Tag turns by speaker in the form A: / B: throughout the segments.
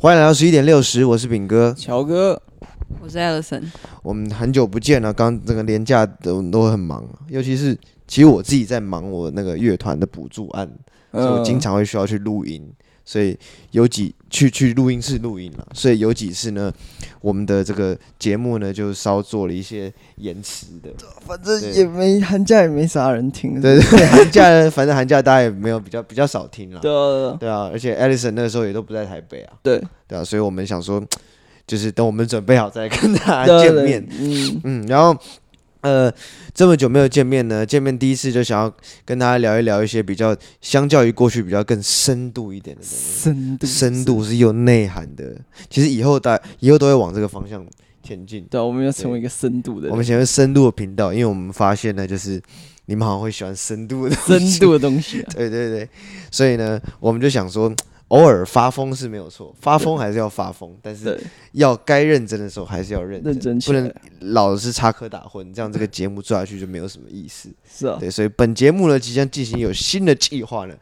A: 欢迎来到十一点六十，我是炳哥。
B: 乔哥，
C: 我是 Alison，
A: 我们很久不见了，啊刚这个年假都都很忙，啊尤其是其实我自己在忙我那个乐团的补助案，
B: 嗯
A: 所
B: 呃
A: 以我经常会需要去录音，所以有几去去录音室录音了，所以有几次呢，我们的这个节目呢就稍做了一些延迟的。
B: 反正
A: 对
B: 也没寒假也没啥人听，
A: 对对， 寒假呢反正寒假大家也没有比较比较少听了。
B: 对啊
A: 对啊，而且 Alison 那个时候也都不在台北啊，
B: 对啊
A: 对啊，所以我们想说，就是等我们准备好再跟大
B: 对
A: 家
B: 啊，
A: 见面。
B: 对，嗯，
A: 嗯，然后呃，这么久没有见面呢，见面第一次就想要跟大家聊一聊一些比较相较于过去比较更深度一点的东西，
B: 深度
A: 深，度是有内涵的。其实以后大以后都会往这个方向前进。
B: 对啊，我们要成为一个深度的人，
A: 我们想要深度的频道，因为我们发现呢，就是你们好像会喜欢深度的 东
B: 深
A: 西
B: 度的东西啊，
A: 对对对，所以呢，我们就想说，偶尔发疯是没有错，发疯还是要发疯，但是
B: 对，
A: 要该认真的时候还是要认真，
B: 认真起
A: 不能
B: 来，
A: 老是插科打诨，这样这个节目做下去就没有什么意思。
B: 是啊，
A: 对，所以本节目呢即将进行有新的计划呢。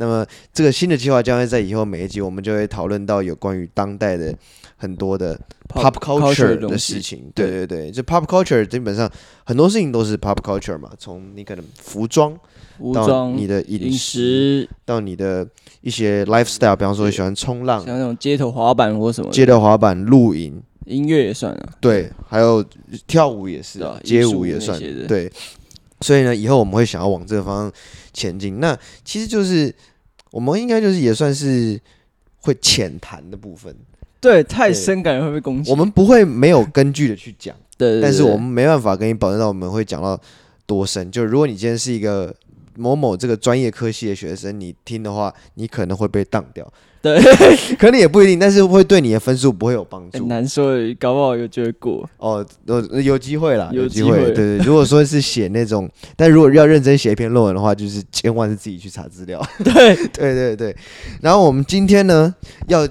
A: 那么这个新的计划将会在以后每一集，我们就会讨论到有关于当代的很多的 pop culture 的
B: 东
A: 事
B: 西，
A: 情。对对对，就 pop culture 基本上很多事情都是 pop culture 嘛，从你可能服装
B: 服
A: 到
B: 装、
A: 你的
B: 饮
A: 饮食，到你的一些 lifestyle，比方说喜欢冲浪
B: 像、那种街头滑板或什么
A: 嗯
B: 的，
A: 街头滑板、露营，
B: 音乐也算啊，
A: 对，还有跳舞也是
B: 对啊，
A: 街
B: 艺术
A: 舞也
B: 那
A: 算
B: 些的
A: 对。所以呢，以后我们会想要往这个方向前进。那其实就是我们应该就是也算是会浅谈的部分，
B: 对，太
A: 对
B: 深感觉会被攻击，
A: 我们不会没有根据的去讲，
B: 对，对
A: 但是
B: 对
A: 我们没办法跟你保证到我们会讲到多深。就如果你今天是一个某某这个专业科系的学生，你听的话，你可能会被当掉，
B: 对，
A: 可能也不一定，但是会对你的分数不会有帮助
B: 很。难说，搞不好有机会过，
A: 哦，有有机会啦，
B: 有
A: 机
B: 机会
A: 对对，如果说是写那种，但如果要认真写一篇论文的话，就是千万是自己去查资料。
B: 对，
A: 对对对。然后我们今天呢，要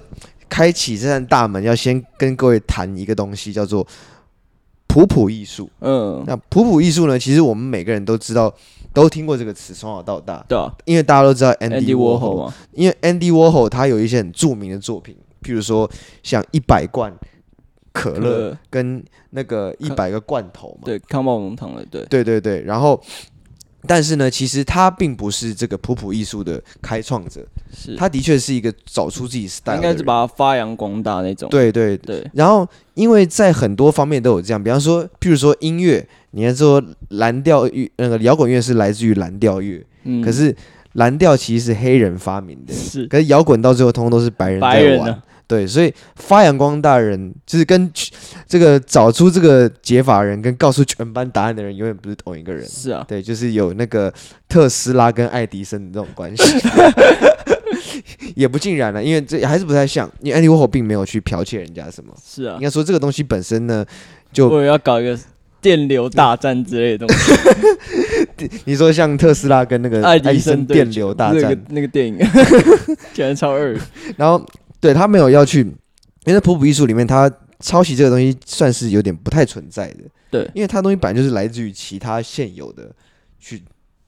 A: 开启这扇大门，要先跟各位谈一个东西，叫做普普艺术。
B: 嗯，
A: 那普普艺术呢，其实我们每个人都知道，都听过这个词，从小到大，
B: 对啊
A: 因为大家都知道 Andy
B: ，Andy
A: Warhol，
B: Warhol 嘛，
A: 因为 Andy Warhol 他有一些很著名的作品，譬如说像一百罐可
B: 可
A: 乐。
B: 乐
A: 跟那个一
B: 可
A: 百个罐头嘛。
B: 对，康宝浓汤的，对，
A: 对对对然后。但是呢，其实他并不是这个普普艺术的开创者，
B: 是，
A: 他的确是一个找出自己 style
B: 他
A: 的
B: 应该是
A: 人
B: 把它发扬光大那种，
A: 对对。
B: 对，
A: 然后，因为在很多方面都有这样，比方说，譬如说音乐，你看说蓝调乐，那个摇滚乐是来自于蓝调乐，
B: 嗯，
A: 可是蓝调其实是黑人发明的，
B: 是
A: 可是摇滚到最后通通都是白人
B: 白
A: 在
B: 人啊
A: 玩，
B: 呢，
A: 对，所以发扬光大的人就是跟去这个找出这个解法的人跟告诉全班答案的人永远不是同一个人。
B: 是啊，
A: 对，就是有那个特斯拉跟爱迪生的这种关系，也不尽然啊了，因为这还是不太像。因为 Andy Warhol 并没有去剽窃人家什么，
B: 是啊
A: 应，该说这个东西本身呢，就
B: 我也要搞一个电流大战之类的东西，
A: 你说像特斯拉跟那个
B: 爱
A: 迪
B: 迪生对
A: 电流大
B: 那
A: 战
B: 个，那个 电影，竟然超二，
A: 然后对他没有要去，因为在普普艺术里面，他抄袭这个东西算是有点不太存在的。
B: 对
A: 因为它东西本来就是来自于其他现有的去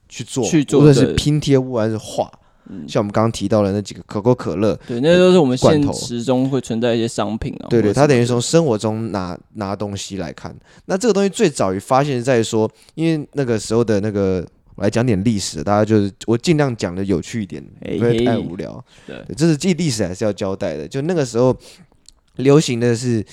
A: 去做，
B: 去做
A: 无论是
B: 对
A: 拼贴物还是画，
B: 嗯
A: 像我们刚刚提到的那几个可口可乐，
B: 对，那都是我们
A: 罐
B: 现
A: 头
B: 实中会存在一些商品啊，
A: 对对，
B: 或者
A: 它
B: 什
A: 等于
B: 么的
A: 从生活中拿拿东西来看。那这个东西最早于发现在说，因为那个时候的那个，我来讲点历史，大家就是我尽量讲的有趣一点，
B: 嘿
A: 不会太
B: 哎嘿
A: 无聊。
B: 对
A: 这是记历史还是要交代的。就那个时候流行的是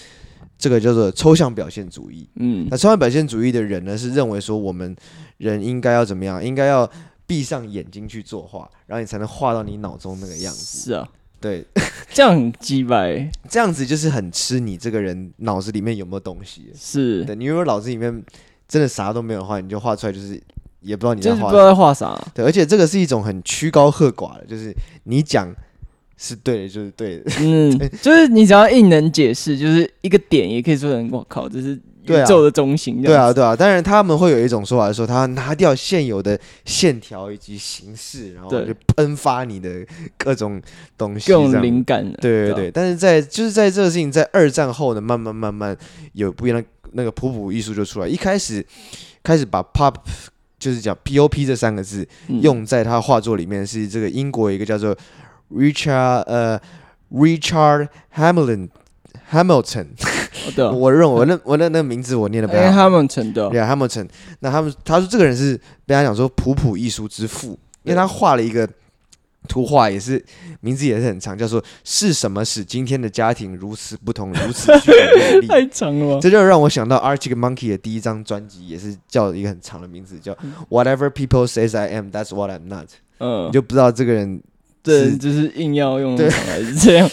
A: 这个叫做抽象表现主义。
B: 嗯
A: 那抽象表现主义的人呢，是认为说我们人应该要怎么样，应该要闭上眼睛去作画，然后你才能画到你脑中那个样子。
B: 是啊，
A: 对，
B: 这样很鸡掰，
A: 这样子就是很吃你这个人脑子里面有没有东西。
B: 是，
A: 对，你如果脑子里面真的啥都没有的话，你就画出来就是也不知道你在
B: 就是不
A: 画
B: 知
A: 什么。
B: 道在画啥，
A: 对，而且这个是一种很曲高和寡的，就是你讲是对的，就是对的。
B: 嗯，就是你只要硬能解释，就是一个点也可以说成，我靠，这是
A: 对啊
B: 宇宙的中心，这
A: 对
B: 样
A: 啊，
B: 子，
A: 对啊。当然他们会有一种说法说，他拿掉现有的线条以及形式，然后
B: 对
A: 就喷发你的各种东西，
B: 各
A: 这
B: 种
A: 样
B: 灵感的，
A: 对对
B: 啊
A: 对，但是在就是在这个事情在二战后呢，慢慢慢慢有不一样的那个普普艺术就出来。一开始开始把 pop 就是讲 pop 这三个字
B: 嗯
A: 用在他画作里面，是这个英国一个叫做 Richard 呃 Richard Hamilton Hamilton，
B: 哦对哦，
A: 我认为我那我那那个名字我念的不
B: 因为
A: 太好。
B: 他们成的哦，
A: 对啊，Hamilton，那他们他说这个人是被他讲说普普艺术之父，因为他画了一个图画，也是名字也是很长，叫做“是什么使今天的家庭如此不同，如此具有魅力”。
B: 太长了吧？
A: 这就让我想到 Arctic Monkey 的第一张专辑，也是叫一个很长的名字，叫 Whatever People Says I Am, That's What I'm Not。
B: 嗯
A: 你，就不知道这个人
B: 对，
A: 是
B: 就是硬要用
A: 对
B: 还是这 样，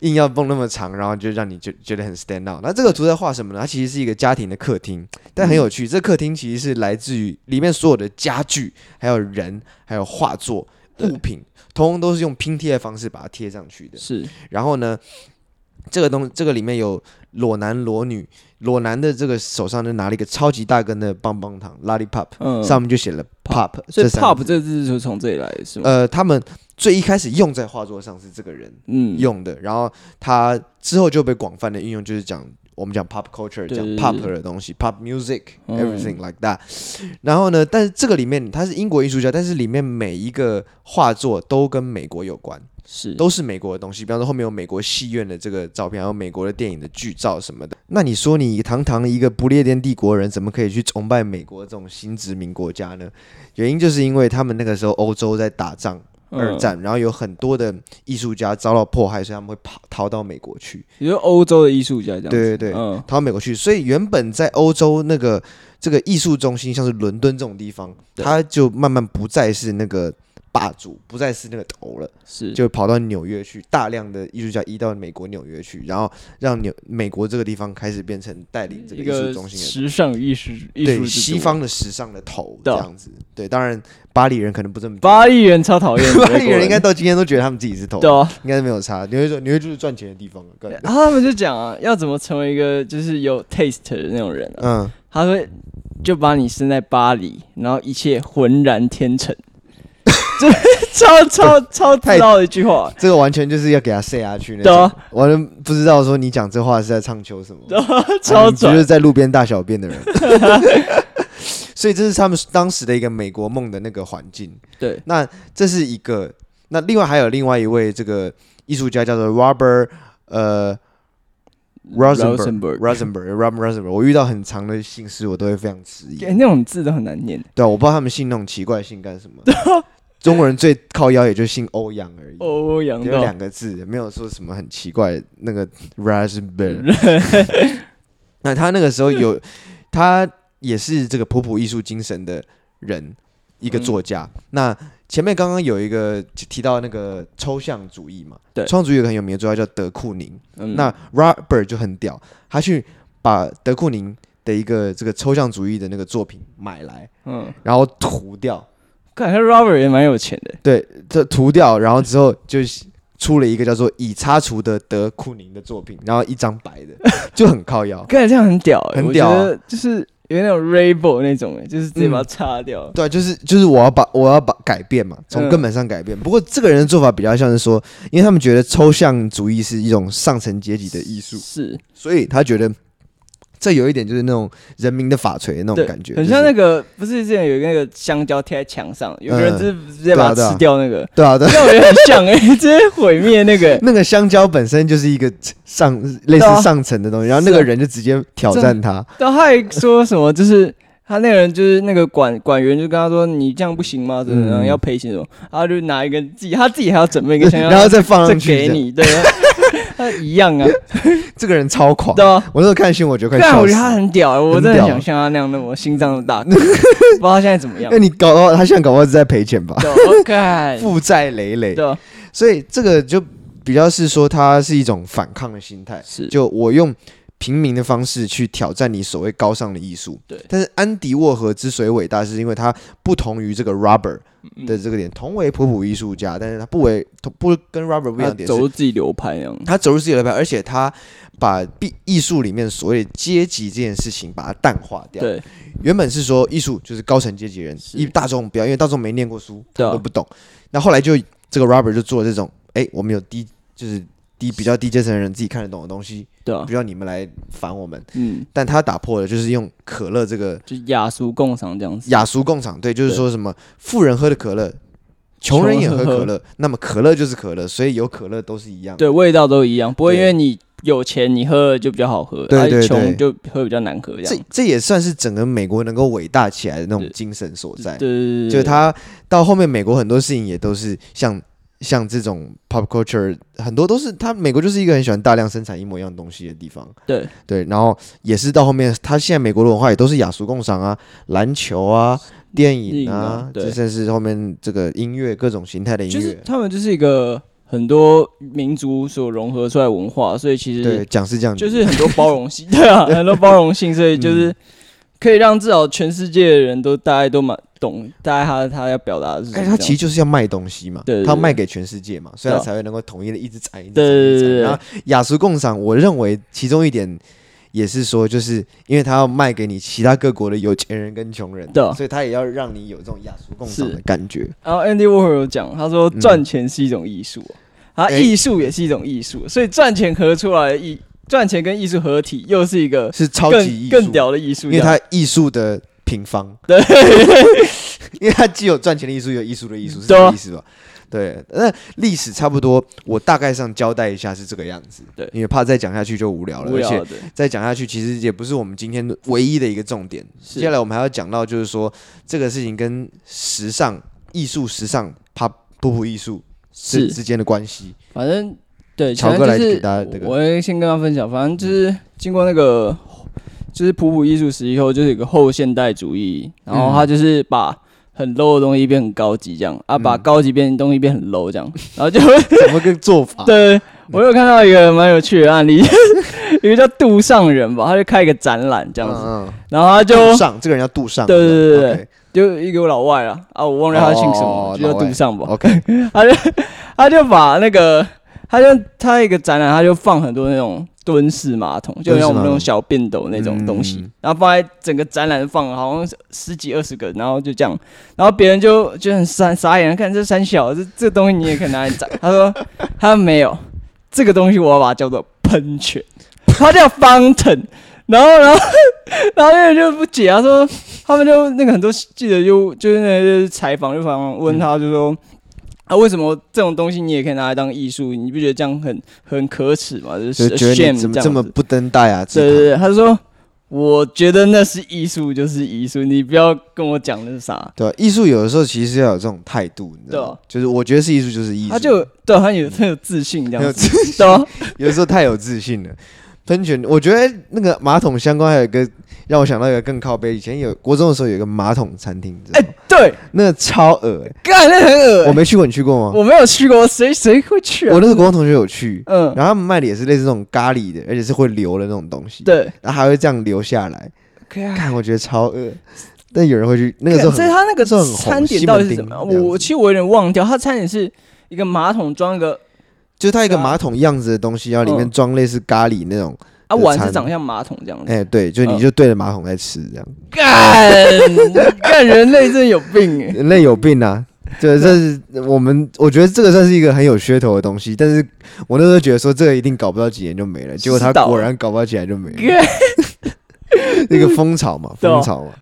A: 硬要蹦那么长，然后就让你觉觉得很 stand out。那这个图在画什么呢？它其实是一个家庭的客厅，但很有趣。这客厅其实是来自于里面所有的家具、还有人、还有画作、
B: 对
A: 物品，通通都是用拼贴的方式把它贴上去的。
B: 是
A: 然后呢，这个东这个里面有裸男裸女，裸男的这个手上就拿了一个超级大根的棒棒糖 （lollipop），、
B: 嗯，
A: 上面就写了 “pop”，
B: 所以
A: 这三个
B: pop
A: 字
B: 这个字就从这里来的是吗？
A: 呃，他们最一开始用在画作上是这个人
B: 嗯，
A: 用的，然后他之后就被广泛的运用，就是讲我们讲 pop culture，
B: 对
A: 讲
B: 对对
A: pop 的东西，pop music
B: 嗯
A: everything like that。然后呢，但是这个里面他是英国艺术家，但是里面每一个画作都跟美国有关。
B: 是
A: 都是美国的东西，比方说后面有美国戏院的这个照片，还有美国的电影的剧照什么的。那你说你堂堂一个不列颠帝国人，怎么可以去崇拜美国这种新殖民国家呢？原因就是因为他们那个时候欧洲在打仗，
B: 嗯
A: 二，战，然后有很多的艺术家遭到迫害，所以他们会跑逃到美国去，
B: 也就是欧洲的艺术家这样子，
A: 对对对
B: 嗯，
A: 逃到美国去。所以原本在欧洲那个这个艺术中心，像是伦敦这种地方，
B: 对
A: 它就慢慢不再是那个霸主，不再是那个头了。
B: 是
A: 就跑到纽约去，大量的艺术家移到美国纽约去，然后让纽美国这个地方开始变成带领这个
B: 一
A: 艺术
B: 个
A: 中心的。
B: 时尚艺术艺术
A: 对
B: 之都
A: 西方的时尚的头这
B: 对啊
A: 样子，对，当然巴黎人可能不这么觉得，
B: 巴黎人超讨厌的，
A: 巴黎人应该
B: 美
A: 到今天都觉得他们自己是头
B: 国人，对啊，
A: 应该是没有差。纽约说纽约就是赚钱的地方啊，干
B: 然后他们就讲啊，要怎么成为一个就是有 taste 的那种人啊？
A: 嗯，
B: 他说就把你生在巴黎，然后一切浑然天 成，这超超超
A: 太
B: 知道的一句话，
A: 这个完全就是要给他塞下去那
B: 对
A: 种
B: 啊，
A: 完全不知道说你讲这话是在唱秋什么。嗯
B: 超
A: 就
B: 拽
A: 是，在路边大小便的人。 所以这是他们当时的一个美国梦的那个环境。
B: 对，
A: 那这是一个，那另外还有另外一位这个艺术家叫做 Robert 呃
B: Rosenberg
A: Rosenberg Robert Rosenberg，我遇到很长的姓氏我都会非常迟疑。
B: 欸那种字都很难念。
A: 对啊，我不知道他们姓那种奇怪的姓干什么。
B: 啊
A: 中国人最靠腰也就姓欧阳而已。
B: 欧哦阳
A: 只有
B: 道
A: 两个字，没有说什么很奇怪的那 个 raspberry。那他那个时候有，他也是这个普普艺术精神的人，一个作家。
B: 嗯
A: 那前面刚刚有一个提到那个抽象主义嘛，
B: 对
A: 抽象主义有个很有名的作家叫德库宁。
B: 嗯
A: 那 Robert 就很屌，他去把德库宁的一个这个抽象主义的那个作品买来，
B: 嗯，
A: 然后涂掉，
B: 感觉 Robert 也蛮有钱的，
A: 对，这涂掉，然后之后就出了一个叫做《已擦除的德库宁》的作品，然后一张白 的，就很靠腰。
B: 感觉这样很屌、欸，
A: 很屌啊嗯
B: 我觉得就是有那种 Rainbow 那种、欸，就是直接把它擦掉。
A: 对啊，就是就是我要把我要把改变
B: 嗯
A: 嘛，从根本上改变。不过这个人的做法比较像是说，因为他们觉得抽象主义是一种上层阶级的艺术，
B: 是，
A: 所以他觉得这有一点就是那种人民的法锤的那
B: 对
A: 种，感觉，
B: 很像
A: 就是
B: 那个，不是之前有一个那个香蕉贴在墙上，有个人
A: 嗯
B: 就是直接
A: 对啊
B: 把
A: 对啊
B: 它吃掉那个，
A: 对啊对啊。
B: 那我觉得很像哎、欸，直接毁灭那个、欸，
A: 那个香蕉本身就是一个上类
B: 对啊
A: 似上层的东西，然后那
B: 是
A: 个
B: 啊
A: 人就直接挑战他，
B: 然后他还说什么，就是他那个人就是那个管管员就跟他说你这样不行吗？怎么样、
A: 嗯
B: 要赔钱什么？然后他就拿一个自己，他自己还要准备一 个香蕉，
A: 然后再放
B: 再
A: 上去。这
B: 给
A: 样
B: 你，对，他一样啊，
A: 这个人超狂，
B: 对啊。
A: 我那时候看新闻，我 就快
B: 但
A: 笑
B: 我
A: 死
B: 觉得他
A: 了。
B: 很屌欸，我
A: 很
B: 真的
A: 屌
B: 想像他那样，那么心脏那么大， 不知道他现在怎么样
A: 那。你搞到他现在搞不好是在赔钱吧，
B: 对我 看
A: 负债累累。
B: 对，
A: 所以这个就比较是说，它是一种反抗的心态，
B: 是
A: 就我用平民的方式去挑战你所谓高尚的艺术。
B: 对
A: 但是安迪沃荷之所以伟大，是因为他不同于这个 Robert
B: 嗯
A: 的这个点，同为普普艺术家，但是他不为同不跟 Robert 不一样
B: 他
A: 的点
B: 走
A: 是。
B: 入自己流派那样。
A: 他走入自己的流派，而且他把艺艺术里面所谓的阶级这件事情，把它淡化掉。
B: 对，
A: 原本是说艺术就是高层阶级人，
B: 是
A: 一大众不要，因为大众没念过书，他
B: 对啊
A: 们都不懂。那后来就这个 Robert 就做这种，哎，我们有低就是低比较低阶层的人自己看得懂的东西，
B: 对啊
A: 不，需要你们来烦我们。
B: 嗯，
A: 但他打破了，就是用可乐这个
B: 就雅俗共赏这样子。
A: 雅俗共赏，对，就是
B: 对
A: 说什么富人喝的可乐。穷人也
B: 穷
A: 喝
B: 人喝
A: 可乐，那么可乐就是可乐，所以有可乐都是一样。
B: 对，味道都一样，不会
A: 对
B: 因为你有钱你喝了就比较好喝，
A: 对对
B: 啊穷
A: 对
B: 就喝比较难喝这
A: 这
B: 样。
A: 这也算是整个美国能够伟大起来的那种
B: 对
A: 精神所在
B: 对。对对，
A: 就是他到后面，美国很多事情也都是像像这种 pop culture，很多都是他美国就是一个很喜欢大量生产一模一样东西的地方。
B: 对
A: 对，然后也是到后面，他现在美国的文化也都是雅俗共赏啊，篮球啊，电
B: 电
A: 影
B: 影啊
A: 啊，
B: 对
A: 这甚至后面这个音乐各种形态的音
B: 就是
A: 乐。
B: 他们就是一个很多民族所融合出来的文化，所以其
A: 对，
B: 实
A: 讲是这样，
B: 就是很多包 容性，对啊，很多包容性，
A: 嗯
B: 所以就是可以让至少全世界的人都大概都蛮懂，大概他他要表达的是什
A: 哎、
B: 么。
A: 他其实就是要卖东西嘛，
B: 对对
A: 他要
B: 对
A: 卖给全世界嘛，所以
B: 对啊
A: 他才会能够统一的一直产，一直产，
B: 对对
A: 一直
B: 对
A: 产
B: 对
A: 然后雅俗共赏，我认为其中一点也是说，就是因为他要卖给你其他各国的有钱人跟穷人，
B: 对啊
A: 所以他也要让你有这种雅俗共赏
B: 是
A: 的感觉。
B: 然后 Andy Warhol 有讲，他说
A: 嗯
B: 赚钱是一种艺术、啊，
A: 哎
B: 艺术也是一种艺术，哦所以赚钱合出来的艺，赚钱跟艺术合体又是一个
A: 是超级
B: 更
A: 艺术，
B: 更屌的艺术
A: 因为
B: 这样，
A: 它艺术的平方，
B: 对，
A: 因为它既有赚钱的艺术，也有艺术的艺术，是
B: 对
A: 这
B: 啊
A: 个意思吧？对，那历史差不多，我大概上交代一下是这个样子。
B: 对
A: 因为怕再讲下去就无聊了，
B: 无
A: 而且
B: 聊的，
A: 再讲下去，其实也不是我们今天唯一的一个重点。
B: 是
A: 接下来我们还要讲到，就是说这个事情跟时尚艺术、时尚啪普普艺术之
B: 是
A: 之间的关 系。
B: 反正对，
A: 乔
B: 反
A: 哥
B: 正
A: 来
B: 就
A: 给
B: 是
A: 大家这个
B: 我会先跟他分享，反正就是经过那个就是普普艺术史以后，就是有个后现代主义，然
A: 嗯
B: 后他就是把。很 low 的东西变很高级，这样啊，把
A: 嗯
B: 高级变东西变很 low，这样，然后就
A: 怎么个做法？
B: 对，我有看到一个蛮有趣的案例， 有一个叫杜尚人吧，他就开一个展览
A: 这
B: 这样子，
A: 嗯嗯
B: 然后他就
A: 杜尚，这个人叫杜尚。
B: 对对对对
A: OK
B: 就一个我老外啊，啊，我忘了他姓什么，
A: 哦
B: 就叫
A: 老外
B: 杜尚吧，
A: OK，
B: 他就把那个，他就他一个展览，他就放很多那种蹲式马桶，就像我们那种小便斗那种东西，
A: 嗯
B: 然后放在整个展览放，好像是十几二十个，然后就这样，然后别人就就很傻傻眼，看这三小这这东西你也可以拿来 展，他说他没有这个东西，我要把它叫做喷泉，它叫 fountain，然后然后然后那个人就不解，他说他们就那个很多记者就就是那些采访就访问问他，就说。啊，为什么这种东西你也可以拿来当艺术？你不觉得这样很很可耻吗？
A: 就
B: 就
A: 是觉得
B: shame
A: 你怎么
B: 这
A: 这
B: 样
A: 么
B: 子
A: 不登大雅
B: 对对
A: 之
B: 对，他说，我觉得那是艺术，就是艺术，你不要跟我讲那是啥。
A: 堂？对吧，艺术有的时候其实要有这种态度，你知道
B: 对哦
A: 吗？就是我觉得是艺术，就是艺术。
B: 他就对他有很有自信这
A: 很有
B: 样子，对啊
A: 有的时候太有自信了。喷泉，我觉得那个马桶相关还有一个让我想到一个更靠背。以前有国中的时候有一个马桶餐厅，你知道
B: 哎
A: 吗？，
B: 对，
A: 那个超恶、欸，
B: 干那很恶
A: 我
B: 心，
A: 没去过，你去过吗？
B: 我没有去过，谁谁会去
A: 我
B: 啊？
A: 那个国中同学有去，
B: 嗯，
A: 然后他们卖的也是类似这种咖喱的，而且是会流的那种东西，
B: 对，
A: 然后还会这样流下来，看我觉得超恶。但有人会去，那个时候
B: 所以
A: 很
B: 他那个
A: 这很红
B: 餐点到底是怎么样？
A: 西门町这样子
B: 我我其实我有点忘掉，他餐点是一个马桶装一个
A: 就是它一个
B: 对啊
A: 马桶样子的东西，然后里面
B: 嗯
A: 装类似咖喱那种，
B: 啊
A: 的
B: 碗是
A: 餐
B: 长像马桶这样子，
A: 哎，对，就你
B: 嗯
A: 就对着马桶在吃这样。
B: 干干人类真的有病 哎，
A: 人类有病 啊！对，这是我们，我觉得这个算是一个很有噱头的东西，但是我那时候觉得说这个一定搞不到几年就没了，结果它
B: 知道
A: 果然搞不到几年就 没了，
B: 干
A: 那个风潮嘛，
B: 对啊
A: 风潮嘛，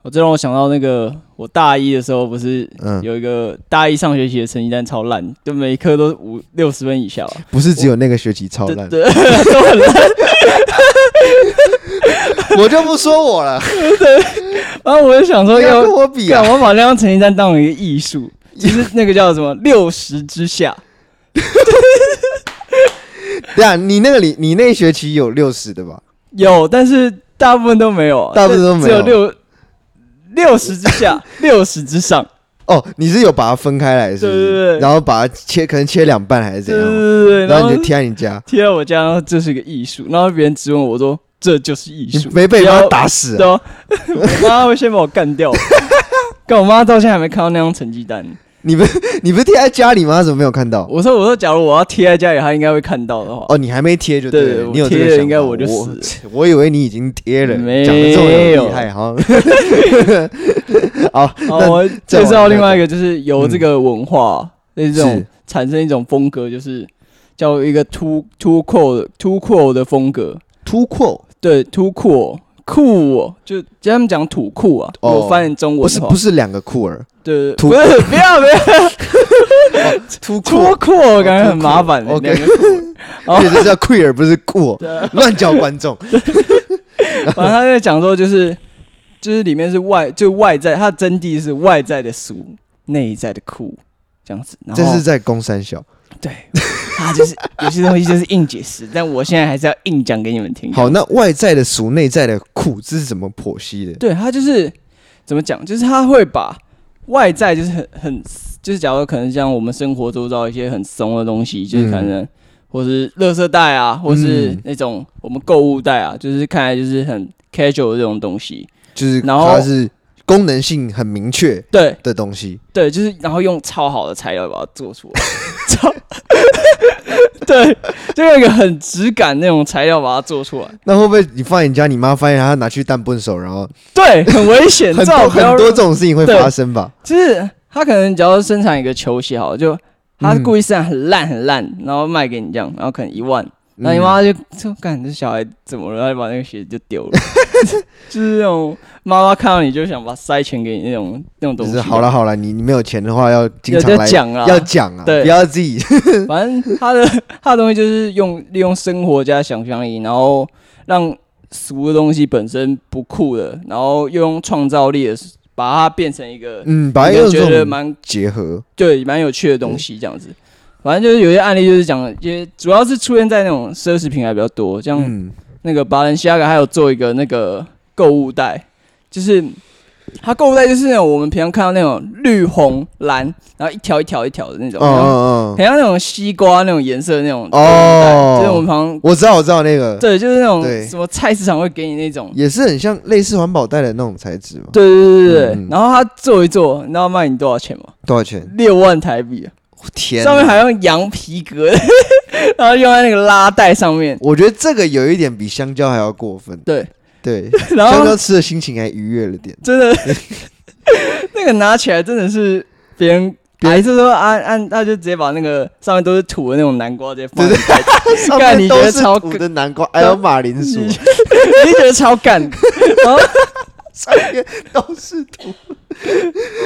B: 我这让我想到那个我大一的时候不是
A: 嗯，
B: 有一个大一上学期的成绩单超烂，就每一科都五六十分以下吧，
A: 不是只有那个学期超
B: 对
A: 烂，
B: 对， 都很烂。
A: 我就不说我 了，
B: 然后我就想
A: 不
B: 说
A: 要
B: 要
A: 跟，我比
B: 哎干
A: 啊！
B: 我把那张成绩单当一个 艺术，就是那个叫什么六十之下，
A: 对啊，你那个里，你那学期有六十的吧？
B: 有，但是大部分都没有，
A: 大部分都没有
B: 就只有六六十之下，六十之上，
A: 哦，你是有把它分开来，是不
B: 对对
A: 是？
B: 对
A: 然后把它切，可能切两半还是怎
B: 对对
A: 样？
B: 对对，
A: 然
B: 然
A: 后
B: 后
A: 你就贴在你家，
B: 贴到我家，然后这是一个艺术，然后别人质问我说这就是艺
A: 你
B: 术，
A: 没被
B: 不
A: 他
B: 要
A: 打死
B: 对
A: 啊？
B: 啊，我妈会先把我干掉。但我妈到现在还没看到那张成绩单。
A: 你不是你不是贴在家里吗？他怎么没有看到？
B: 我说我说，假如我要贴在家里，她应该会看到的话。
A: 哦，你还没贴就
B: 对
A: 了，
B: 我
A: 你有这
B: 贴
A: 个想
B: 了
A: 法
B: 应该我就
A: 我
B: 死了
A: 我 以为你已经贴了，
B: 没
A: 讲的这么
B: 有
A: 厉害哈。
B: 好，
A: 那
B: 我
A: 再
B: 介
A: 往
B: 绍另
A: 那
B: 外
A: 个
B: 一个，就是由这个文化那种
A: 是
B: 产生一种风格，就是叫一个 too too cool too cool 的风格。
A: Too cool，
B: 对，too cool 酷哦，就就他们讲土酷啊，
A: 哦
B: 我翻译成中
A: 不
B: 文
A: 是
B: 的话
A: 不，是两个酷儿，
B: 对，
A: 土
B: 不是不要不要，
A: 突
B: 脱
A: 阔，
B: 裤我感觉很麻烦。
A: 哦 OK
B: 两个裤哦
A: 这是叫 queer 不是过，
B: 对啊
A: 乱叫观众。
B: 反正他在讲说，就是就是里面是外，就外在，它的真谛是外在的俗，内在的酷，这样子。然后
A: 这是在攻三小。
B: 对，他就是 有些东西就是硬解释，但我现在还是要硬讲给你们听。
A: 好，那外在的俗，内在的酷，这是怎么剖析的？
B: 对他就是怎么讲，就是他会把外在就是很很，就是假如可能像我们生活周遭一些很怂的东西，就是可能、或是垃圾袋啊，或是
A: 嗯
B: 那种我们购物袋啊，就是看来就是很 casual 的这种东西。
A: 就是
B: 然后
A: 它是功能性很明确
B: 对
A: 的东西。
B: 对，就是然后用超好的材料把它做出来，超 对，就用一个很质感那种材料把它做出来，
A: 那会不会你放你家，你妈发现她拿去当笨手，然后
B: 对，很危险，
A: 很
B: 最好
A: 多
B: 不
A: 很
B: 要
A: 多这种事情会
B: 对
A: 发生吧？
B: 就是他可能只要生产一个球鞋，好了，就他故意生产很烂很烂，然后卖给你这样，然后可能一
A: 嗯
B: 万，然后你妈就就干这小孩怎么了，然后就把那个鞋就丢 了，就是那种妈妈看到你就想把塞钱给你那种那种
A: 嗯就
B: 东西。
A: 是好了，好了，你你没有钱的话要经常
B: 要
A: 来
B: 讲啊
A: 要讲啊，
B: 对
A: 不要自己
B: 反正他的他的东西就是用利用生活加想象力，然后让俗的东西本身不酷的，然后又用创造力的把它变成一个，
A: 嗯，把它
B: 你
A: 用
B: 就觉
A: 这
B: 得
A: 种
B: 蛮
A: 结合，
B: 对，蛮有趣的东西这样子。反正就是有些案例就是讲，也主要是出现在那种奢侈品牌比较多，像
A: 嗯，
B: 那个巴伦西亚还有做一个那个购物袋，就是它购物袋就是那种我们平常看到那种绿红蓝，然后一条一条一条的那种，
A: 哦
B: 然后
A: 哦哦，
B: 很像那种西瓜那种颜色的那种购物袋，
A: 哦
B: 就是我们旁
A: 我知道我知道那个，
B: 对，就是那种
A: 对
B: 什么菜市场会给你那种，
A: 也是很像类似环保袋的那种材质嘛，
B: 对对对对对
A: 嗯嗯
B: 然后它做一做，你知道卖你多少钱吗？
A: 多少钱？
B: 六万台币啊，
A: 天哪，
B: 上面还用羊皮革， 然后用在那个拉带上面。
A: 我觉得这个有一点比香蕉还要过分，
B: 对，
A: 对，
B: 然
A: 香
B: 后
A: 蕉吃的心情还愉悦了 点，
B: 真的那个拿起来真的是别人。
A: 哎
B: 还是说按按，他就直接把那个上面都是土的那种南瓜直接 放进去，
A: 上
B: 干
A: 面
B: 你
A: 都
B: 觉得
A: 是
B: 超
A: 土的南瓜，还有马铃薯
B: 你，你觉得超干。然后
A: 上面都是土，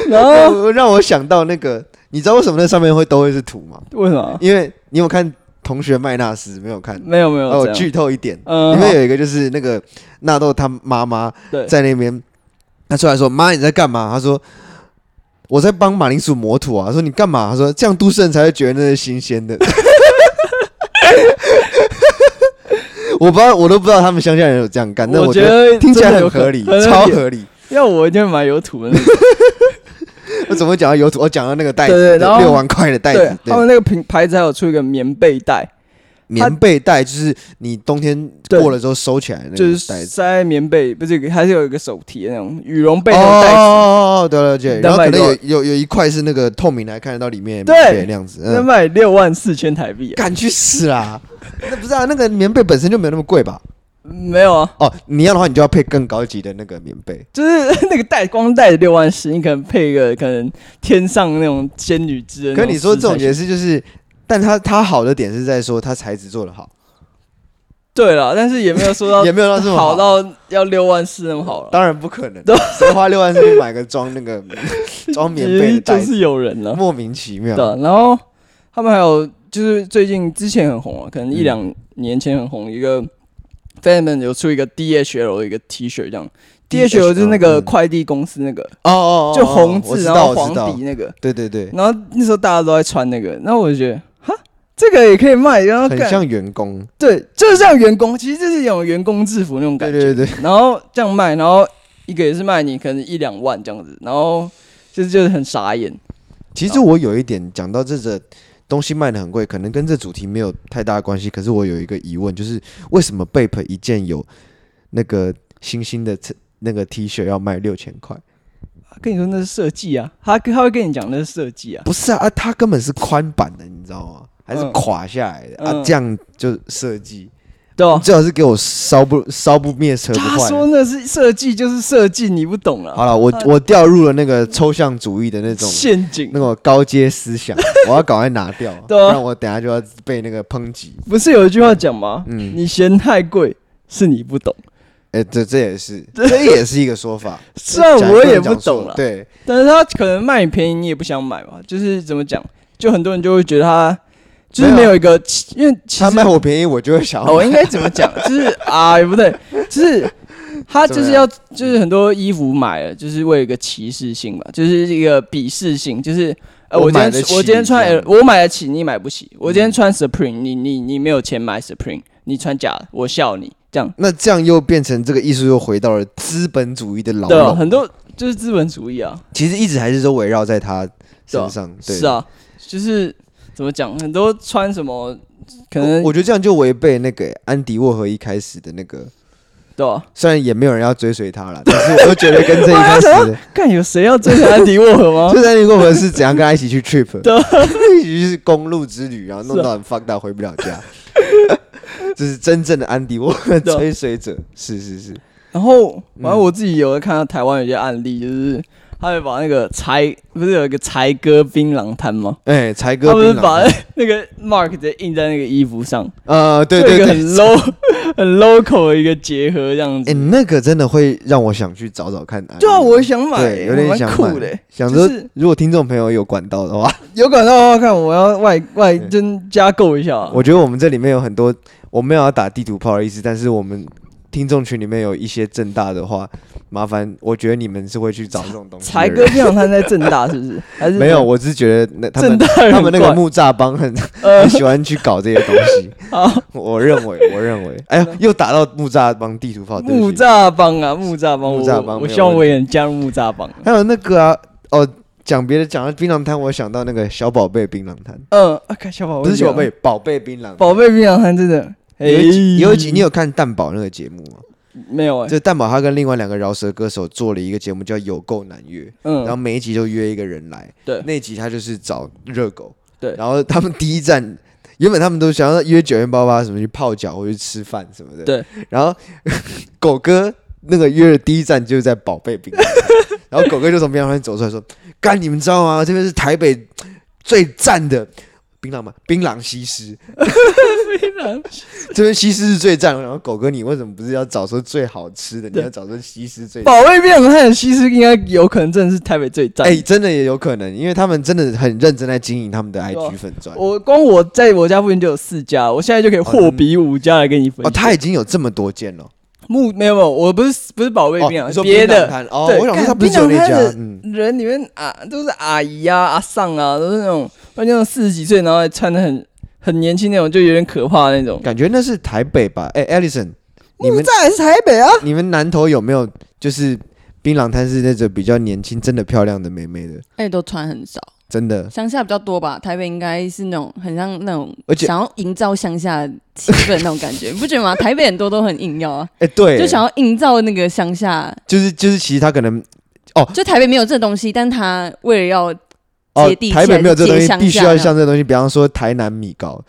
B: 然后
A: 我让我想到那个，你知道为什么那上面会都会是土吗？
B: 为什么？
A: 因为你有看《同学麦纳斯》没有看？
B: 没有没有
A: 哦
B: 这，样
A: 剧透一点，
B: 嗯
A: 里面有一个就是那个纳豆他妈妈
B: 对
A: 在那边，他出来说：“妈，你在干嘛？”他说：“我在帮马铃薯磨土啊。”他说：“你干嘛？”他说：“这样都市人才会觉得那是新鲜的。” 我不知道，我都不知道他们乡下人有这样干，但
B: 我
A: 我觉
B: 觉
A: 得
B: 得
A: 听起来
B: 真的
A: 很
B: 有
A: 合理，
B: 可能
A: 超合理。
B: 要我一定会买有土的 那种。
A: 我怎么会讲到有土？我讲到那个袋
B: 对
A: 子，
B: 对然后
A: 六万块的袋
B: 对
A: 子，，
B: 他们那个品牌子还有出一个棉被袋，
A: 棉被袋就是你冬天
B: 对
A: 过了之后收起来的那
B: 就
A: 个
B: 是
A: 袋子。
B: 塞棉被，不是有一个还是有一个手提的那种羽绒被那种袋子。
A: 哦哦哦，对了解。然后可
B: 两百
A: 能
B: 多
A: 有有有一块是那个透明的，还看得到里面的
B: 对
A: 棉被那样子。
B: 那
A: 嗯，
B: 卖六万四千台币、啊？
A: 敢去死啦！那不是啊，那个棉被本身就没有那么贵吧？
B: 没有啊，
A: 哦，你要的话，你就要配更高级的那个棉被。
B: 就是那个带光带六万四，你可能配一个可能天上那种仙女之的那
A: 可
B: 种
A: 你说这种
B: 饰才
A: 也是就是，但它它好的点是在说它材质做的好，
B: 对了，但是也没有说 到
A: 也没有啊到这么
B: 好到要六万四那么好了，
A: 当然不可能，谁花六万去买个装那个装棉被的
B: 就
A: 袋子？
B: 是有人了。
A: 莫名其妙
B: 对。啊，然后他们还有就是最近之前很红啊，可能一
A: 嗯
B: 两年前很红一个 f a m n 有出一个 DHL 的一个 T 恤，这样 DHL 就是那个
A: 嗯
B: 快递公司那个，
A: 哦哦哦，
B: 就红
A: 我
B: 字
A: 知
B: 然
A: 道
B: 后
A: 我知道
B: 黄底，那个，
A: 对对对，
B: 然后那时候大家都在穿那个，然后我就觉得，哈，这个也可以卖，然后
A: 很
B: 干，
A: 像员工。
B: 对，就是像员工，其实就是有员工制服那种感
A: 对
B: 觉，
A: 对对，
B: 然后这样卖，然后一个也是卖你可能一两万这样子，然后就是就是很傻眼，
A: 其实我有一点讲到这个东西卖的很贵，可能跟这主题没有太大的关系。可是我有一个疑问，就是为什么 Bape 一件有那个星星的 t- 那个 T 恤要卖六千块？
B: 嗯跟你说那是设计啊，他他会跟你讲那是设计啊，
A: 不是啊，啊它根本是宽版的，你知道吗？还是
B: 嗯
A: 垮下来的、啊？
B: 嗯
A: 这样就设计，
B: 对 吧？
A: 最好是给我烧不烧不灭车不
B: 他
A: 坏。
B: 说那是设计就是设计，你不懂啊
A: 好
B: 了，
A: 了，我我掉入了那个抽象主义的那 种
B: 陷阱
A: 那。种高阶思想，我要赶快拿掉，不
B: 对啊
A: 然我等下就要被那个抨击。
B: 不是有一句话讲吗？
A: 嗯
B: 你嫌太贵是你不懂，
A: 哎、这这也是，这也是一个说法。
B: 虽然
A: 讲
B: 我
A: 不能
B: 也不
A: 讲错
B: 懂了，
A: 对，
B: 但是他可能卖你便宜，你也不想买吧？就是怎么讲，就很多人就会觉得他就是
A: 没
B: 没
A: 有
B: 有一个，因为其
A: 他
B: 实
A: 卖我便宜，我就会想要
B: 我
A: 买。
B: 哦应该怎么 讲？就是啊，也不对，就是他就是要，
A: 啊
B: 就是很多衣服买了，就是为了一个歧视性嘛，就是一个鄙视性，就是呃，
A: 我
B: 我今
A: 买得
B: 天
A: 起
B: 我今天穿
A: 这样嗯
B: L- 我买得起，你买不起；我今天穿 Supreme，你你你没有钱买 Supreme，你穿假的，我笑你这样。
A: 那这样又变成这个艺术又回到了资本主义的牢
B: 对啊，
A: 笼，
B: 很多就是资本主义啊，
A: 其实一直还是都围绕在他身上。对，
B: 是，啊，就是怎么讲，很多穿什么可能
A: 我觉得这样就违背那个安迪沃荷一开始的那个，
B: 对啊吧？
A: 虽然也没有人要追随他了，但是我都觉得跟这一开 始的，
B: 看有谁要追着安迪沃荷 吗
A: 就？是安迪沃荷是怎样跟他一起去 trip，
B: 对啊
A: 一起去公路之旅，然后弄到很 fuck 到回不了家。 这是真正的安迪沃荷
B: 对啊
A: 追随者，是是是，
B: 然后，
A: 嗯
B: 反正我自己有看到台湾有些案例，就是他会把那个才不是有一个才哥槟榔摊吗？
A: 哎，才哥
B: 他不
A: 槟
B: 是
A: 榔
B: 把 那个 mark 直接印在那个衣服上，
A: 呃，对
B: 做
A: 对
B: 一个
A: 对，
B: 很 low、很 local 的一个结合这样
A: 哎、
B: 子。
A: 那个真的会让我想去找找看案例。
B: 对啊，我想买、
A: 对有点
B: 蛮
A: 想买
B: 酷的、
A: 想
B: 就
A: 说
B: 是，
A: 如果听众朋友有管道的话，
B: 有管道的话，看我要外外
A: 对
B: 增加购一下啊。
A: 嗯我觉得我们这里面有很多，我没有要打地图炮的意思，但是我们听众群里面有一些正大的话，麻烦，我觉得你们是会去找这种东西的
B: 才
A: 人。
B: 哥槟榔摊在正大是不是？还是
A: 没有，我只是觉得那他
B: 正
A: 们
B: 大人
A: 他们那个
B: 怪
A: 木栅帮很
B: 呃
A: 很喜欢去搞这些东西，
B: 好
A: 我认为，我认为，哎呀，又打到木栅帮地图炮，对不起
B: 木栅帮啊，木栅帮，
A: 木
B: 我
A: 栅帮没有
B: 我我希望
A: 问
B: 我也能加入木栅帮。
A: 还有那个啊，哦，讲别的，讲到槟榔摊，我想到那个小宝贝槟榔摊，
B: 嗯，啊，看小宝
A: 不是小
B: 贝
A: 宝。贝，宝贝槟榔。
B: 宝贝槟榔摊真的，哎
A: 有一集，有一集你有看蛋宝那个节目吗？
B: 没有哎、
A: 就蛋宝他跟另外两个饶舌歌手做了一个节目叫《有够难约》，然 后
B: 嗯，
A: 每一集都约一个人来。
B: 对
A: 那一集他就是找热狗。
B: 对
A: 然后他们第一站。原本他们都想要约九元八八什么去泡脚或去吃饭什么的，
B: 对。
A: 然后狗哥那个约的第一站就是在宝贝冰， 然后狗哥就从冰榔摊走出来说：“干，你们知道吗？这边是台北最赞的槟榔嘛，槟榔西施。”
B: 槟榔，
A: 这边西施是最赞的，然后狗哥你为什么不是要找说最好吃的？你要找说西施最
B: 宝贝槟榔摊的西施应该有可能真的是台北最赞。
A: 哎、真的也有可能，因为他们真的很认真在经营他们的
B: 对啊
A: IG 粉
C: 哦
A: 哦砖。
B: 我光我在我家附近就有四家，我现在就可以货比五家来跟你分
A: 哦，
B: 享。
A: 他已经有这么多间了。
B: 木没有没有，我不是不是宝贝
A: 哦，
B: 槟榔
C: 啊
A: 你，说
B: 别
A: 槟榔
B: 啊的
A: 摊哦，
B: 对
A: 我想说
B: 干
A: 他不是只有
B: 槟
A: 那
B: 榔
A: 家
B: 摊，的
A: 嗯，
B: 人里面啊都是阿姨啊、阿上啊，都是那种那种四十几岁，然后还穿的很很年轻那种，就有点可怕那种。
A: 感觉那是台北吧？哎、a l i s o n 你
B: 木
A: 们
B: 栅也是台北啊，
A: 你们南投有没有就是槟榔摊是那种比较年轻、真的漂亮的妹妹的？
C: 而哎且都穿很少，
A: 真的，
C: 乡下比较多吧。台北应该是那种很像那种
A: 而且
C: 想要营造乡下气氛的那种感觉， 你不觉得吗？台北很多都很硬要啊，
A: 哎、对，
C: 就想要营造那个乡下。
A: 就是就是，其实他可能
C: 就台北没有这东西，但他为了要
A: 哦
C: 接地，气
A: 台北没有这东
C: 还是
A: 西
C: 接，乡
A: 必须
C: 下
A: 要
C: 那
A: 像这东西，比方说台南米糕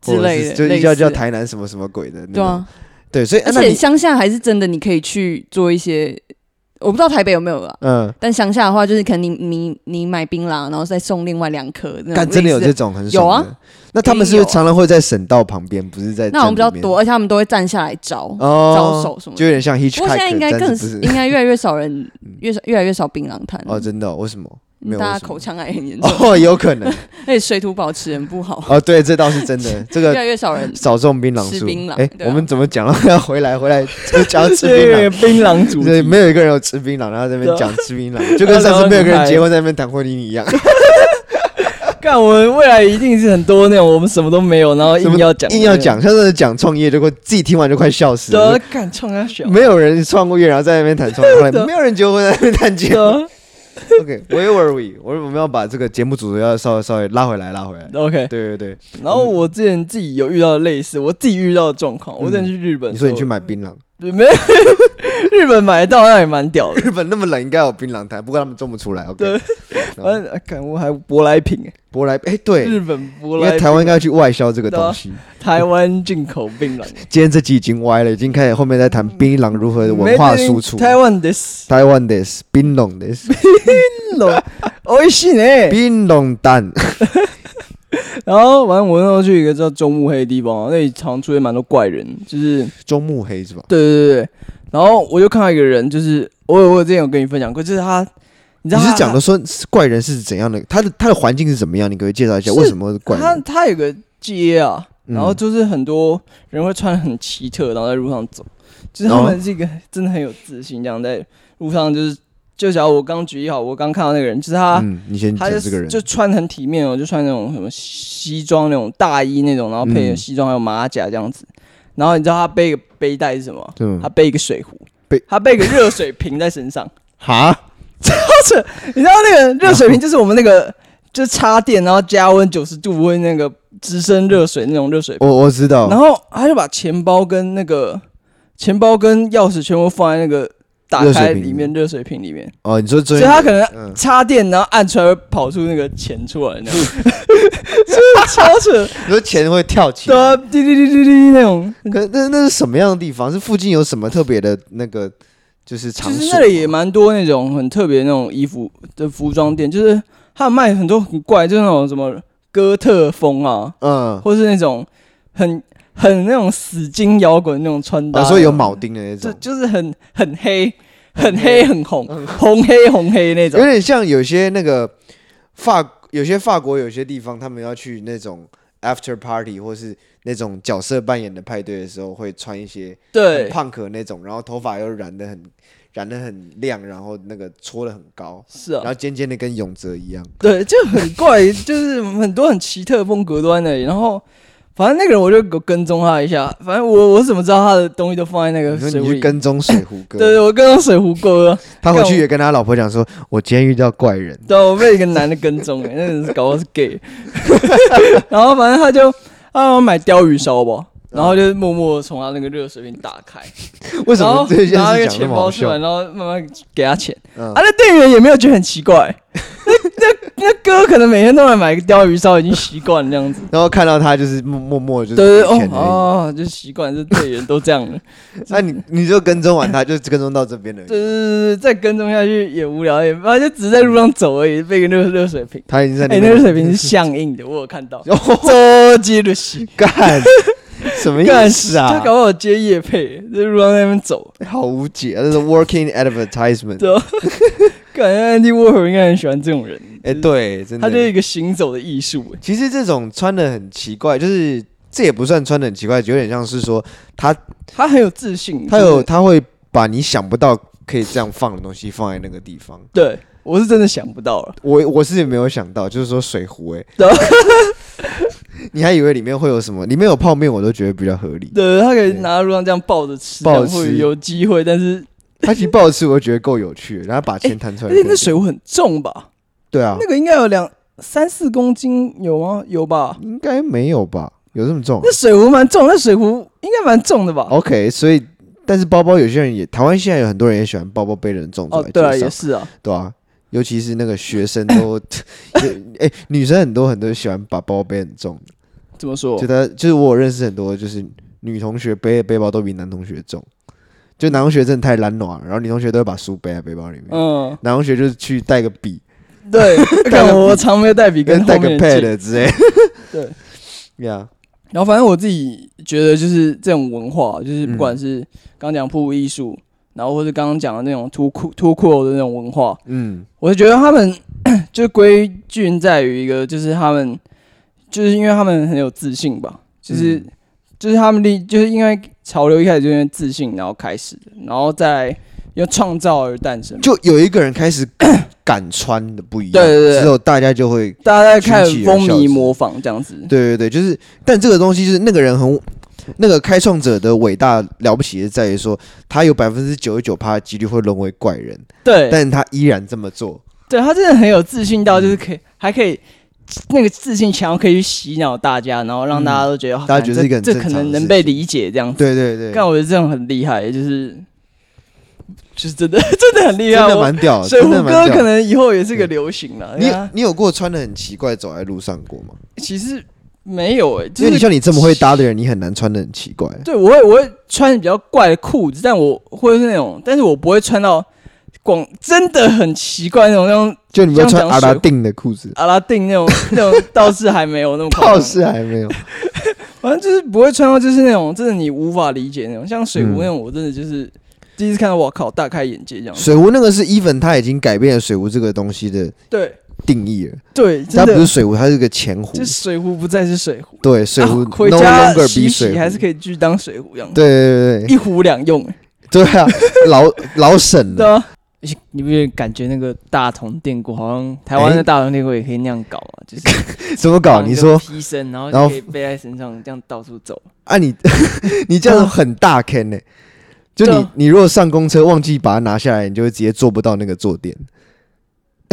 C: 之类
A: 或者
C: 的
A: 是就
C: 类
A: 一叫
C: 似
A: 叫台南什么什么鬼的，
C: 对，啊，
A: 对，所以、啊
C: 而
A: 那
C: 且
A: 你
C: 乡下还是真的，你可以去做一些，我不知道台北有没有啊。
A: 嗯，
C: 但乡下的话，就是可能你你你买槟榔，然后再送另外两颗，那种
A: 干真的有
C: 类
A: 这
C: 似
A: 种很
C: 有
A: 爽
C: 啊
A: 的，那他们是不
C: 一
A: 是
C: 定有啊
A: 常常会在省道旁边，不是在
C: 那我们比较
A: 镇里面
C: 多，而且他们都会站下来招、招
A: 哦，
C: 手什么
A: 就有
C: 的。
A: 点像
C: 不过现在
A: hitchhiker，
C: 应该
A: 但
C: 更
A: 是不是嗯
C: 应该越来越少 人，越少越来越少槟榔摊
A: 哦，真的哦、为什么？没有为
C: 嗯大家
A: 什么
C: 口腔癌很严 重，
A: 哦，有可能
C: 而且水土保持很不好，
A: 哦，对，这倒是真 的，这
C: 越
A: 个。
C: 来越少人。
A: 少种槟榔
C: 吃
A: 树，
C: 槟榔
A: 哎、
C: 对啊
A: 我们怎么讲 到要回来回来，就讲啊到吃槟榔
B: 对，， 槟榔主
A: 对，
B: 题。
A: 没有一个人有吃槟榔，然后在那边
B: 对啊
A: 讲吃槟榔，就跟上次没有一个人结婚在那边谈婚礼 一样。
B: 干，我们未来一定是很多那种我们什么都没有，然后
A: 什么
B: 硬要讲，
A: 硬要讲，像是讲创业，就快自己听完就快笑死
B: 得
A: 了。
B: 敢冲他小，
A: 没有人创过业，然后在那边谈创业，后来
B: 对啊
A: 没有人结婚在那边谈结婚。
B: 得
A: OK，where were we？我我们要把这个节目组要稍微稍微拉回来，拉回来。
B: OK。
A: 对对对，
B: 然后我之前自己有遇到类似我自己遇到的状况，我之前去日本
A: 你
B: 的时
A: 说嗯
B: 候，
A: 你去买槟榔，
B: 没 日本买得到那也蛮屌的。
A: 日本那么冷，应该有槟榔摊，不过他们种不出来。OK，
B: 对
A: 然后
B: 反正看我还舶来品欸，
A: 舶来，哎，嗯对
B: 日，本舶
A: 因为
B: 来品
A: 台湾应该去外销这个东西。
B: 台湾进口槟榔，
A: 今天这集已经歪了，已经开始后面在谈槟榔如何文化输出。
B: 台湾的是
A: 台湾 this，槟榔 this，
B: 咯，美味しいね。
A: 槟榔蛋。
B: 然后反正我那时候去一个叫中目黑的地方，那里常出现蛮多怪人，就是
A: 中目黑是吧？
B: 对对对对，然后我就看到一个人，就是我我之前有跟你分享过，就是他你知
A: 你
B: 道
A: 是
B: 他
A: 讲的说怪人是怎样的，他的他的环境是怎么样？你可不可以介绍一下
B: 是
A: 为什么是怪
B: 他
A: 人？
B: 他有个街啊，
A: 嗯
B: 然后就是很多人会穿得很奇特，然后在路上走，就是他
A: 哦
B: 们这个真的很有自信，这样在路上就是，就假如我刚举例好，我刚看到那个人，就是他，
A: 嗯，你先
B: 他
A: 讲
B: 就
A: 这个人，
B: 就穿得很体面哦，就穿那种什么西装那种大衣那种，然后配着
A: 嗯
B: 西装还有马甲这样子，然后你知道他背一个背带是什么？
A: 对吗
B: 他？背一个水壶
A: 嗯背，
B: 他背一个热水瓶在身上。
A: 哈，
B: 你知道那个热水瓶就是我们那个，就插电然后加温九十度温那个直升热水那种热水瓶，
A: 我我知道，
B: 然后他就把钱包跟那个钱包跟钥匙全部放在那个打
A: 热
B: 开
A: 水瓶
B: 里面热水瓶里面，
A: 哦，你说所
B: 所以他可能
A: 嗯，
B: 插电然后按出来会跑出那个钱出来，你 知道吗？就是超 扯，
A: 你说钱会跳起
B: 对
A: 来，
B: 啊，滴滴滴滴滴那种，
A: 可那那是什么样的地方？是附近有什么特别的那个就是
B: 其
A: 场所吗？
B: 实那里也蛮多那种很特别的那种衣服的服装店，就是他有卖很多很怪，就是那种什么哥特风啊，
A: 嗯，
B: 或是那种很很那种死金摇滚那种穿搭，
A: 我说有铆钉的那
B: 就
A: 种，
B: 就是很很黑、
A: 很
B: 很
A: 黑
B: 黑、嗯很红、红黑红黑那
A: 有
B: 种。
A: 点像有些那个法，有些法国有些地方他们要去那种 after party 或是那种角色扮演的派对的时候，会穿一些很
B: 对，
A: 胖可那种，然后头发又染的很染的很亮，然后那个搓的很高，
B: 是
A: 然
B: 啊
A: 后，尖尖的跟永泽一样。
B: 对，就很怪， 就是很多很奇特的风格都在那里。然后，反正那个人我就有跟踪他一下，反正我我怎么知道他的东西都放在那
A: 你
B: 个
A: 说
B: 水
A: 你
B: 壶
A: 去
B: 里？
A: 跟踪水 壶哥，
B: 对对，我跟踪水壶哥，
A: 他回去也跟他老婆讲说，我今天遇到怪人。
B: 对，啊我被一个男的跟踪、欸，那个人是搞我是 gay，然后反正他就他要买鲷鱼烧吧，然后就默默地从他那个热水瓶打开，
A: 为什
B: 然
A: 么
B: 后
A: 这件事
B: 拿那个
A: 讲那
B: 钱
A: 么
B: 包
A: 好
B: 出
A: 笑
B: 来，？然后慢慢给他钱。
A: 嗯
B: 啊，那店员也没有觉得很奇怪，那那那哥可能每天都来买个鲷鱼烧，已经习惯这样子。
A: 然后看到他就是默默默就是
B: 对对
A: 付
B: 哦
A: 钱而已
B: 哦，就习 惯，这店员都这样了。
A: 那你你就跟踪完 他，就跟踪到这边了。
B: 对对对对，再跟踪下去也无聊，也反正就只是在路上走而已，被个热热水瓶。
A: 他已经在
B: 哎、
A: 那
B: 那个
A: 边。
B: 水瓶是相应的，我有看到
A: 哦
B: 周杰 伦洗
A: 干， 什么意
B: 干
A: 思
B: 他
A: 啊？
B: 搞不好接叶配，在路上在那边走，
A: 好无解，啊这是 working advertisement。
B: 对吧？感觉 Andy Warhol 应该很喜欢这种人，
A: 哎，对，真
B: 他就是
A: 的
B: 一。个行走的艺术、哎
A: 其实这种穿的很奇怪，就是这也不算穿的很奇怪，有点像是说他
B: 他很有自信，
A: 他
B: 就
A: 有
B: 是
A: 他会把你想不到可以这样放的东西放在那个地方。
B: 对我是真的想不到了，
A: 我我是没有想到，就是说水壶哎、
B: 对
A: 你还以为里面会有什么？里面有泡面，我都觉得比较合理。
B: 对，他可以拿在路上这样抱着吃，
A: 抱着
B: 这样
A: 吃
B: 会有机会，但是
A: 他其实不好吃，我觉得够有趣了，然后把钱摊出
B: 而
A: 来。
B: 哎且那水壶很重吧？
A: 对啊
B: 那，个应该有两三四公斤有吗？有吧？
A: 应该没有吧？有这么重啊、
B: 那水壶蛮重，那水壶应该蛮重的吧？
A: OK，所以但是包包有些人也，台湾现在有很多人也喜欢包包背得很重走
B: 哦
A: 在，
B: 对啊，
A: 街上，
B: 也是啊，
A: 对啊，尤其是那个学生 都，哎、女生很多很多喜欢把包包背很重，
B: 怎么说
A: 就？她就是我有认识很多就是女同学背的背包都比男同学重，就男同学真的太懒惰了，然后女同学都会把书背在背包里面，
B: 嗯，
A: 男同学就是去带个笔
B: 对，
A: 带个
B: 看我常没有带笔跟
A: 跟
B: 后
A: 带个
B: 面的借
A: pad 之类的，
B: 对。
A: 呀、
B: 然后反正我自己觉得就是这种文化，就是不管
A: 嗯
B: 是刚讲瀑布艺术，然后或是刚刚讲的那种脱裤脱裤的那种文化，
A: 嗯，
B: 我觉得他们 就归郡在于一个，就是他们就是因为他们很有自信吧，就是、
A: 嗯
B: 就是他们的就是因为潮流一开始就因为自信然后开始的，然后再因为创造而诞生。
A: 就有一个人开始 敢穿的不一样，
B: 对对对
A: 之后大家就会
B: 大家在开
A: 群
B: 始
A: 起而
B: 风
A: 效之
B: 靡模仿这样子，
A: 对对对，就是，但这个东西就是那个人很，那个开创者的伟大了不起是在于说，他有百分之九十九趴的几率会沦为怪人，
B: 对，
A: 但他依然这么做。
B: 对他真的很有自信到，就是
A: 嗯
B: 可以、还可以那个自信强，可以去洗脑大家，然后让大家都觉得，哦
A: 嗯大家觉得
B: 反正
A: 是一个很
B: 这
A: 正
B: 可
A: 常的
B: 能
A: 事
B: 能被理解这样子。
A: 对对对，
B: 但我觉得这种很厉害，就是就是真的 真的很厉
A: 真
B: 害。
A: 的
B: 我
A: 蛮屌的，
B: 水
A: 哦真
B: 壶
A: 的
B: 哥
A: 蛮
B: 可哎
A: 屌的。
B: 能以后也是个流行了。
A: 你
B: 你
A: 有你有过穿的很奇怪走在路上过吗？
B: 其实没有哎、
A: 因
B: 就
A: 为你
B: 是
A: 像你这么会搭的人，你很难穿的很奇怪。
B: 对我会我会穿比较怪的裤子，但我会是那种，但是我不会穿到广真的很奇怪那种那种
A: 就你们穿
B: 像
A: 阿
B: 讲水
A: 拉丁的裤 子，
B: 阿拉丁那种那种倒是还没有那么夸张
A: 倒是还没有。嗯
B: 反正就是不会穿到，就是那种真的你无法理解那种，像水壶那种，我真的就是第一次看到，我靠，大开眼界这样子。
A: 水壶那个是 even 它已经改变了水壶这个东西的
B: 对
A: 定义了，
B: 对，
A: 它
B: 真
A: 不是，
B: 的
A: 水壶，它是个前壶
B: 就。水壶不再是水壶，
A: 对，水壶
B: 啊回
A: no
B: 家
A: longer
B: 洗
A: 比
B: 一
A: 水
B: 洗
A: 壶
B: 还是可以继续当水壶用，
A: 对对对对
B: 一壶两用，欸
A: 对啊，老 老沈
B: 对
A: 了。
B: 啊。而且你不觉得感觉那个大同电锅好像台湾的
A: 哎
B: 大同电锅也可以那样搞 啊？就是
A: 怎么搞？
B: 放一
A: 你
B: 个
A: 说，
B: 披身，然后
A: 然后
B: 就可以背在身上这样到处走。
A: 啊你 你这样很大坑呢、就
B: 对
A: 你
B: 啊
A: 你如果上公车忘记把它拿下来，你就会直接坐不到那个坐垫。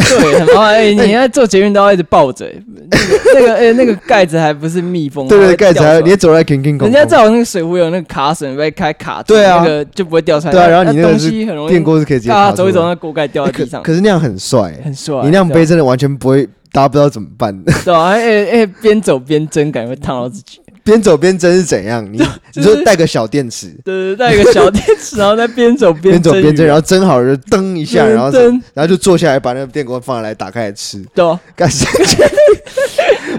B: 对，很麻烦。 哎，你要做捷运都要一直抱着，欸那个那 个哎那个盖子嗯还不是密封，
A: 对对，
B: 会
A: 盖子
B: 掉出来
A: 还你也走在 king king
B: 人家在我那个水壶有那个卡榫被开卡住，
A: 对啊
B: 那个就不会掉出来。
A: 对啊然后你那个
B: 东
A: 是
B: 西很容易
A: 电锅是可以直接
B: 啊，
A: 爬
B: 走一
A: 出
B: 走，
A: 来
B: 那锅盖掉
A: 欸
B: 在
A: 可
B: 地上，
A: 可是那样很帅欸、
B: 很帅。啊
A: 你那样背
B: 着，
A: 真的完全不会，大家不知道怎么办。
B: 对啊，哎哎哎，边走边蒸，感觉会烫到自己。
A: 边走边蒸是怎样？ 你
B: 就
A: 你
B: 是
A: 说带个小电池，
B: 对对，带一个小电 池，然后再边走边
A: 边走边蒸，然后
B: 后
A: 蒸好了就噔一下，然后
B: 蒸，
A: 然后就坐下来把那个电锅放下来打开来吃，
B: 对啊，
A: 干 啥？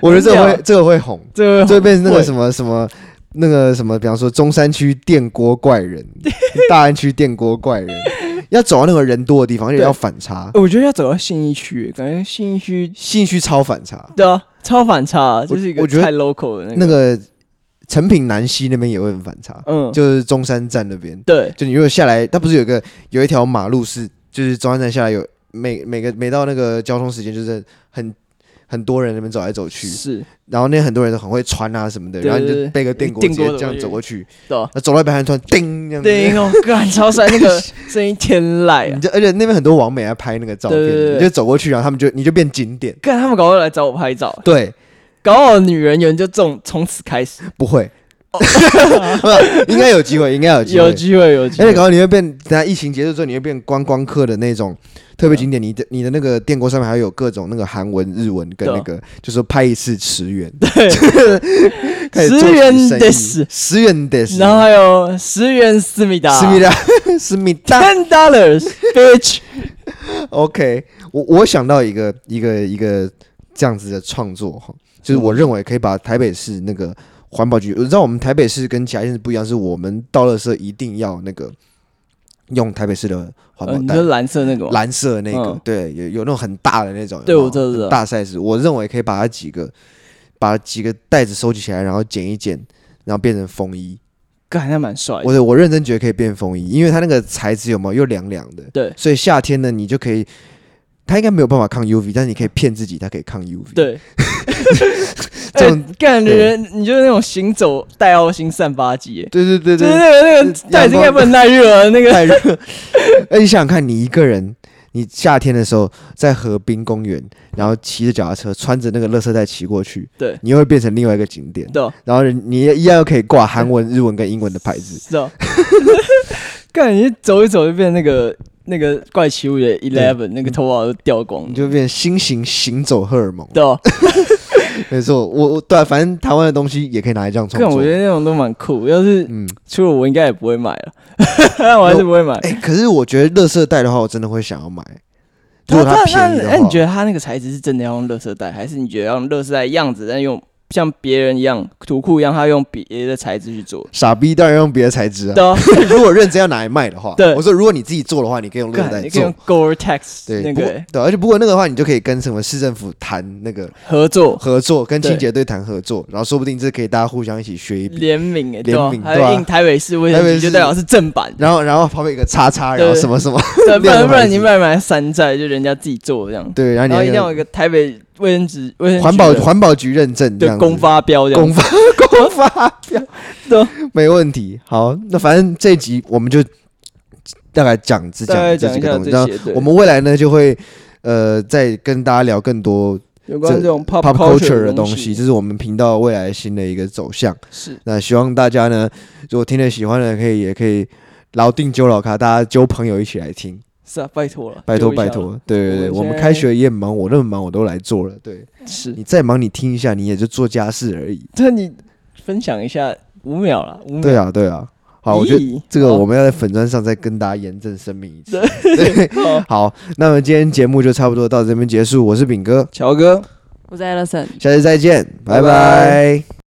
A: 我觉得这个
B: 很
A: 会这个会红，
B: 这个
A: 这会变成那个
B: 会
A: 什么什么那个什么，比方说中山区电锅怪 人，大安区电锅怪人，要走到那个人多的地方，而且
B: 对
A: 要反差，
B: 呃我觉得要走到信义区，感觉信义区
A: 兴趣超反差。
B: 对啊，超反差，就是一个
A: 我觉得
B: 太 local 的那
A: 那
B: 个，
A: 个成品南西那边也会很反差，
B: 嗯，
A: 就是中山站那边，
B: 对
A: 就你如果下来，它不是有一个有一条马路是，就是中山站下来有每每个每到那个交通时间，就是很很多人在那边走来走去，
B: 是，
A: 然后那很多人都很会穿啊什么的，
B: 对
A: 然后你
B: 对
A: 就
B: 对
A: 背个电锅
B: 电
A: 直接
B: 锅
A: 这样
B: 走
A: 走
B: 过
A: 过去，
B: 对啊。
A: 那走到一半还突然叮这样
B: 对，
A: 子。
B: 我干超帅，那个 声音天籁
A: 你
B: 啊！
A: 就而且那边很多网美在拍那个照片，
B: 对对对
A: 你就走过去，然后他们就你就变景点。
B: 干他们搞不好来找我拍照，
A: 对，
B: 搞好女人缘就从从此开始，
A: 不会， 应该有机会，应该有机会，
B: 有机会哎有机
A: 而且
B: 会
A: 搞。到你会变，等下疫情结束之后，你会变观光客的那种特别景
B: 啊
A: 点。你的你的那个电锅上面还有各种那个韩文、日文跟
B: 对啊
A: 那个，就是说拍一次十元， 开始做
B: 十
A: 起
B: 元
A: 生意
B: des，
A: 十元 des，
B: 然后还有十元思密达，
A: 思密达， 思密达。
B: ten dollars bitch，
A: OK，我我想到一个一个一个这样子的创作哈，就是
B: 嗯
A: 我认为可以把台北市那个环保局，我知道我们台北市跟其他县市不一样，是我们到垃圾一定要那个用台北市的环
B: 呃
A: 保
B: 你
A: 袋
B: 说。蓝色那个吗？
A: 蓝色的那个，
B: 嗯
A: 对，有有那种很大的那种，有
B: 对
A: 没有
B: 我知道知道
A: 很大 size，我认为可以把它几个，把几个袋子收集起来，然后剪一剪，然后变成风衣。
B: 干还蛮帅的，
A: 我我认真觉得可以变风衣，因为它那个材质有没有又凉凉的，
B: 对
A: 所以夏天呢，你就可以，它应该没有办法抗 UV，但是你可以骗自己它可以抗 UV。，
B: 对。
A: 这种
B: 哎干的人，你就是那种行走带凹型散发剂耶，
A: 对对对
B: 就是
A: 对，
B: 那个那个袋子应该不能耐热啊，那个
A: 太热。 而你想想看，你一个人，你夏天的时候在河滨公园，然后骑着脚踏车，穿着那个垃圾袋骑过去，
B: 对
A: 你又会变成另外一个景点。
B: 对啊
A: 然后人你一样又可以挂韩文、日文跟英文的牌子，
B: 是啊， 干你走一走就变那个那个怪奇物语 Eleven 那个
A: 嗯
B: 头发都掉光
A: 你
B: 了，
A: 就变新型行走荷尔蒙。
B: 对 啊，
A: 没错，我我对啊、反正台湾的东西也可以拿来这样创
B: 干我
A: 作
B: 觉。得那种都蛮酷，要是
A: 嗯，
B: 出了我应该也不会买了， 我还是不会买。
A: 哎、可是我觉得垃圾袋的话，我真的会想要买。如果
B: 它
A: 它便宜的
B: 那哎你
A: 话
B: 觉，得它那个材质是真的要用乐色袋，还是你觉得要用乐色袋样子，但是用像别人一样图库一样，他用别的材质去做？
A: 傻逼当然用别的材质啊。
B: 对啊，
A: 如果认真要拿来卖的话，
B: 对
A: 我说如果你自己做的话，你可以用垃圾
B: 干
A: 袋
B: 你可以用
A: 做。
B: Gore Tex
A: 对，
B: 那
A: 不过
B: 个哎
A: 对，而且不过那个的话，你就可以跟什么市政府谈那个
B: 合作
A: 合作，跟
B: 对
A: 清洁队谈合作，然后说不定这可以大家互相一起学一笔。
B: 联名哎，
A: 联
B: 吧
A: 名
B: 还
A: 对啊
B: 有印台北市卫
A: 台
B: 生
A: 北
B: 局，就
A: 市
B: 代表是 正版的。
A: 然后，然后旁边有个叉叉，然后
B: 对
A: 什么什么，
B: 对，不
A: 量
B: 然
A: 的
B: 不
A: 牌
B: 然你
A: 子
B: 卖买山寨，就人家自己做这样，
A: 对，然后你
B: 然
A: 那
B: 后一定
A: 个
B: 要有一个台北卫生纸、卫生局
A: 环保
B: 的
A: 环保局认证这
B: 对
A: 样子
B: 公发标这样
A: 公
B: 子，
A: 发公发票，
B: 对，
A: 没问题。好，那反正这一集我们就大概讲只
B: 大概
A: 讲这几
B: 讲一
A: 个
B: 下
A: 东西，然
B: 这
A: 后
B: 些，对
A: 我们未来呢就会呃再跟大家聊更多
B: 有关这种 pop
A: pop culture 的
B: 的
A: 东
B: 西
A: 西，这是我们频道未来新的一个走向。
B: 是
A: 那希望大家呢，如果听了喜欢的，可以也可以老定揪老咖，大家揪朋友一起来听。
B: 是啊，拜托了，
A: 拜托
B: 救一下
A: 拜托，对对对，
B: 我们
A: 我们
B: 现在
A: 开学也很忙，我那么忙我都来做了。对
B: 了，是
A: 你再忙，你听一下，你也就做家事而已。
B: 这你分享一下五秒了，五秒，
A: 对啊，对啊。好，我觉得
B: 得
A: 这个我们要在粉砖上再跟大家严正声明一次。
B: 好
A: 好，那么今天节目就差不多到这边结束，我是炳哥，
B: 乔哥，
C: 我是 Alison。
A: 下次再见，拜
B: 拜
A: 拜
B: 拜